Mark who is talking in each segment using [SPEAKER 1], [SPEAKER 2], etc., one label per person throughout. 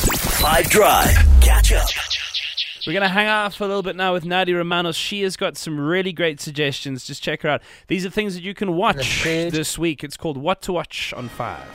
[SPEAKER 1] Five Drive. Catch up.
[SPEAKER 2] We're going to hang out for a little bit now with Nadia Romanos. She has got some really great suggestions. Just check her out. These are things that you can watch
[SPEAKER 3] food.
[SPEAKER 2] this week. It's called What to Watch on Five.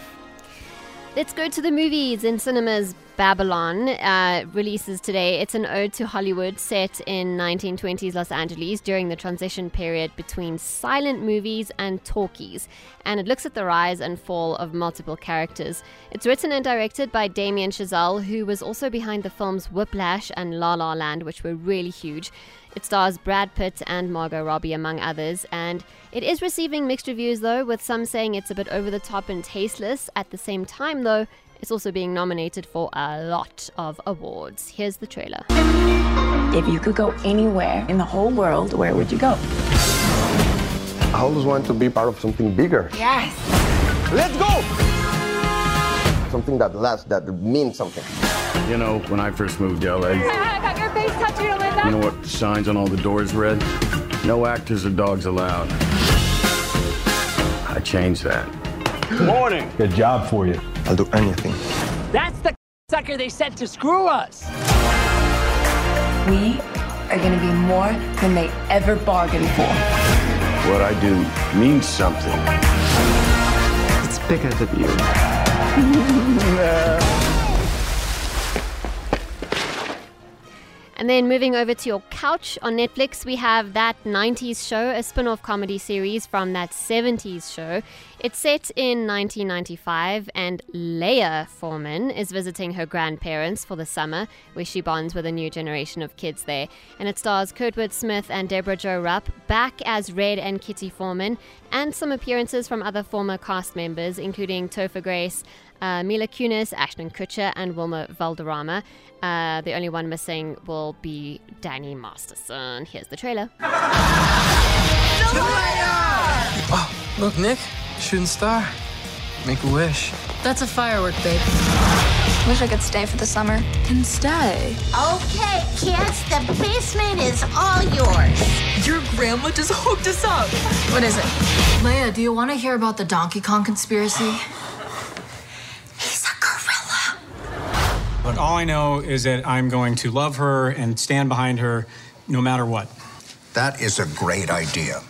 [SPEAKER 4] Let's go to the movies in cinemas. Babylon uh, releases today. It's an ode to Hollywood set in 1920s Los Angeles during the transition period between silent movies and talkies. And it looks at the rise and fall of multiple characters. It's written and directed by Damien Chazelle, who was also behind the films Whiplash and La La Land, which were really huge. It stars Brad Pitt and Margot Robbie, among others, and it is receiving mixed reviews though, with some saying it's a bit over the top and tasteless. At the same time, though, it's also being nominated for a lot of awards. Here's the trailer.
[SPEAKER 5] If you could go anywhere in the whole world, where would you go?
[SPEAKER 6] I always want to be part of something bigger. Yes. Let's go. Something that lasts, that means something.
[SPEAKER 7] You know, when I first moved to LA. You know what the signs on all the doors read? No actors or dogs allowed. I changed that.
[SPEAKER 6] Morning.
[SPEAKER 8] Good job for you.
[SPEAKER 6] I'll do anything.
[SPEAKER 9] That's the sucker they sent to screw us.
[SPEAKER 5] We are going to be more than they ever bargained for.
[SPEAKER 7] What I do means something.
[SPEAKER 10] It's bigger than you.
[SPEAKER 4] And then moving over to your couch on Netflix, we have That 90s Show, a spin off comedy series from That 70s Show. It's set in 1995, and Leia Foreman is visiting her grandparents for the summer, where she bonds with a new generation of kids there. And it stars Kurtwood Smith and Deborah Jo Rupp back as Red and Kitty Foreman, and some appearances from other former cast members, including Topher Grace, uh, Mila Kunis, Ashton Kutcher, and Wilma Valderrama. Uh, the only one missing will be Danny Masterson. Here's the trailer.
[SPEAKER 10] Look, Nick, shooting star. Make a wish.
[SPEAKER 11] That's a firework, babe.
[SPEAKER 12] Wish I could stay for the summer.
[SPEAKER 11] Can stay.
[SPEAKER 13] Okay, kids, the basement is all yours.
[SPEAKER 11] Your grandma just hooked us up. What is it? Leia, do you want to hear about the Donkey Kong conspiracy?
[SPEAKER 13] He's a gorilla.
[SPEAKER 14] But all I know is that I'm going to love her and stand behind her no matter what.
[SPEAKER 15] That is a great idea.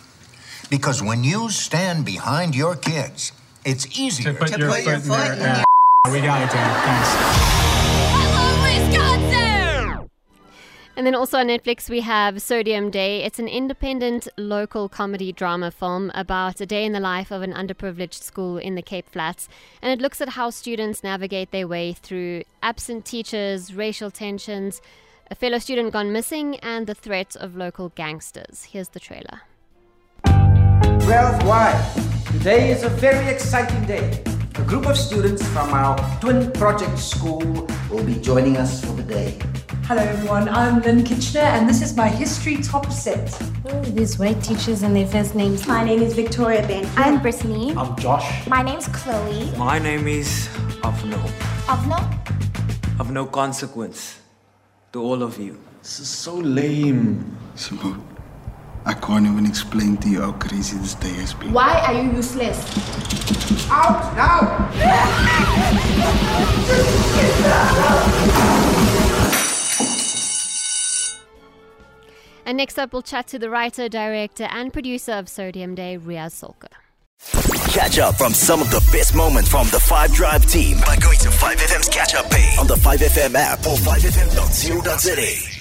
[SPEAKER 15] Because when you stand behind your kids, it's easier
[SPEAKER 14] put
[SPEAKER 15] to
[SPEAKER 14] your
[SPEAKER 15] play
[SPEAKER 14] foot in their ass. We got it, Dan. Thanks.
[SPEAKER 4] And then also on Netflix, we have Sodium Day. It's an independent local comedy drama film about a day in the life of an underprivileged school in the Cape Flats. And it looks at how students navigate their way through absent teachers, racial tensions, a fellow student gone missing, and the threat of local gangsters. Here's the trailer.
[SPEAKER 16] Ralph White. Today is a very exciting day. A group of students from our twin project school will be joining us for the day.
[SPEAKER 5] Hello, everyone. I'm Lynn Kitchener, and this is my history top set.
[SPEAKER 11] these white teachers and their first names.
[SPEAKER 13] My name is Victoria Ben. I'm Brittany.
[SPEAKER 16] I'm Josh.
[SPEAKER 13] My name's Chloe.
[SPEAKER 10] My name is of no,
[SPEAKER 13] Avno.
[SPEAKER 10] of no consequence to all of you.
[SPEAKER 17] This is so lame. Simon, I can't even explain to you how crazy this day has been.
[SPEAKER 11] Why are you useless?
[SPEAKER 16] Out now!
[SPEAKER 4] And next up, we'll chat to the writer, director, and producer of Sodium Day, Riaz Solka.
[SPEAKER 1] Catch up from some of the best moments from the Five Drive team by going to 5FM's catch up page on the 5FM app or 5FM.co.za.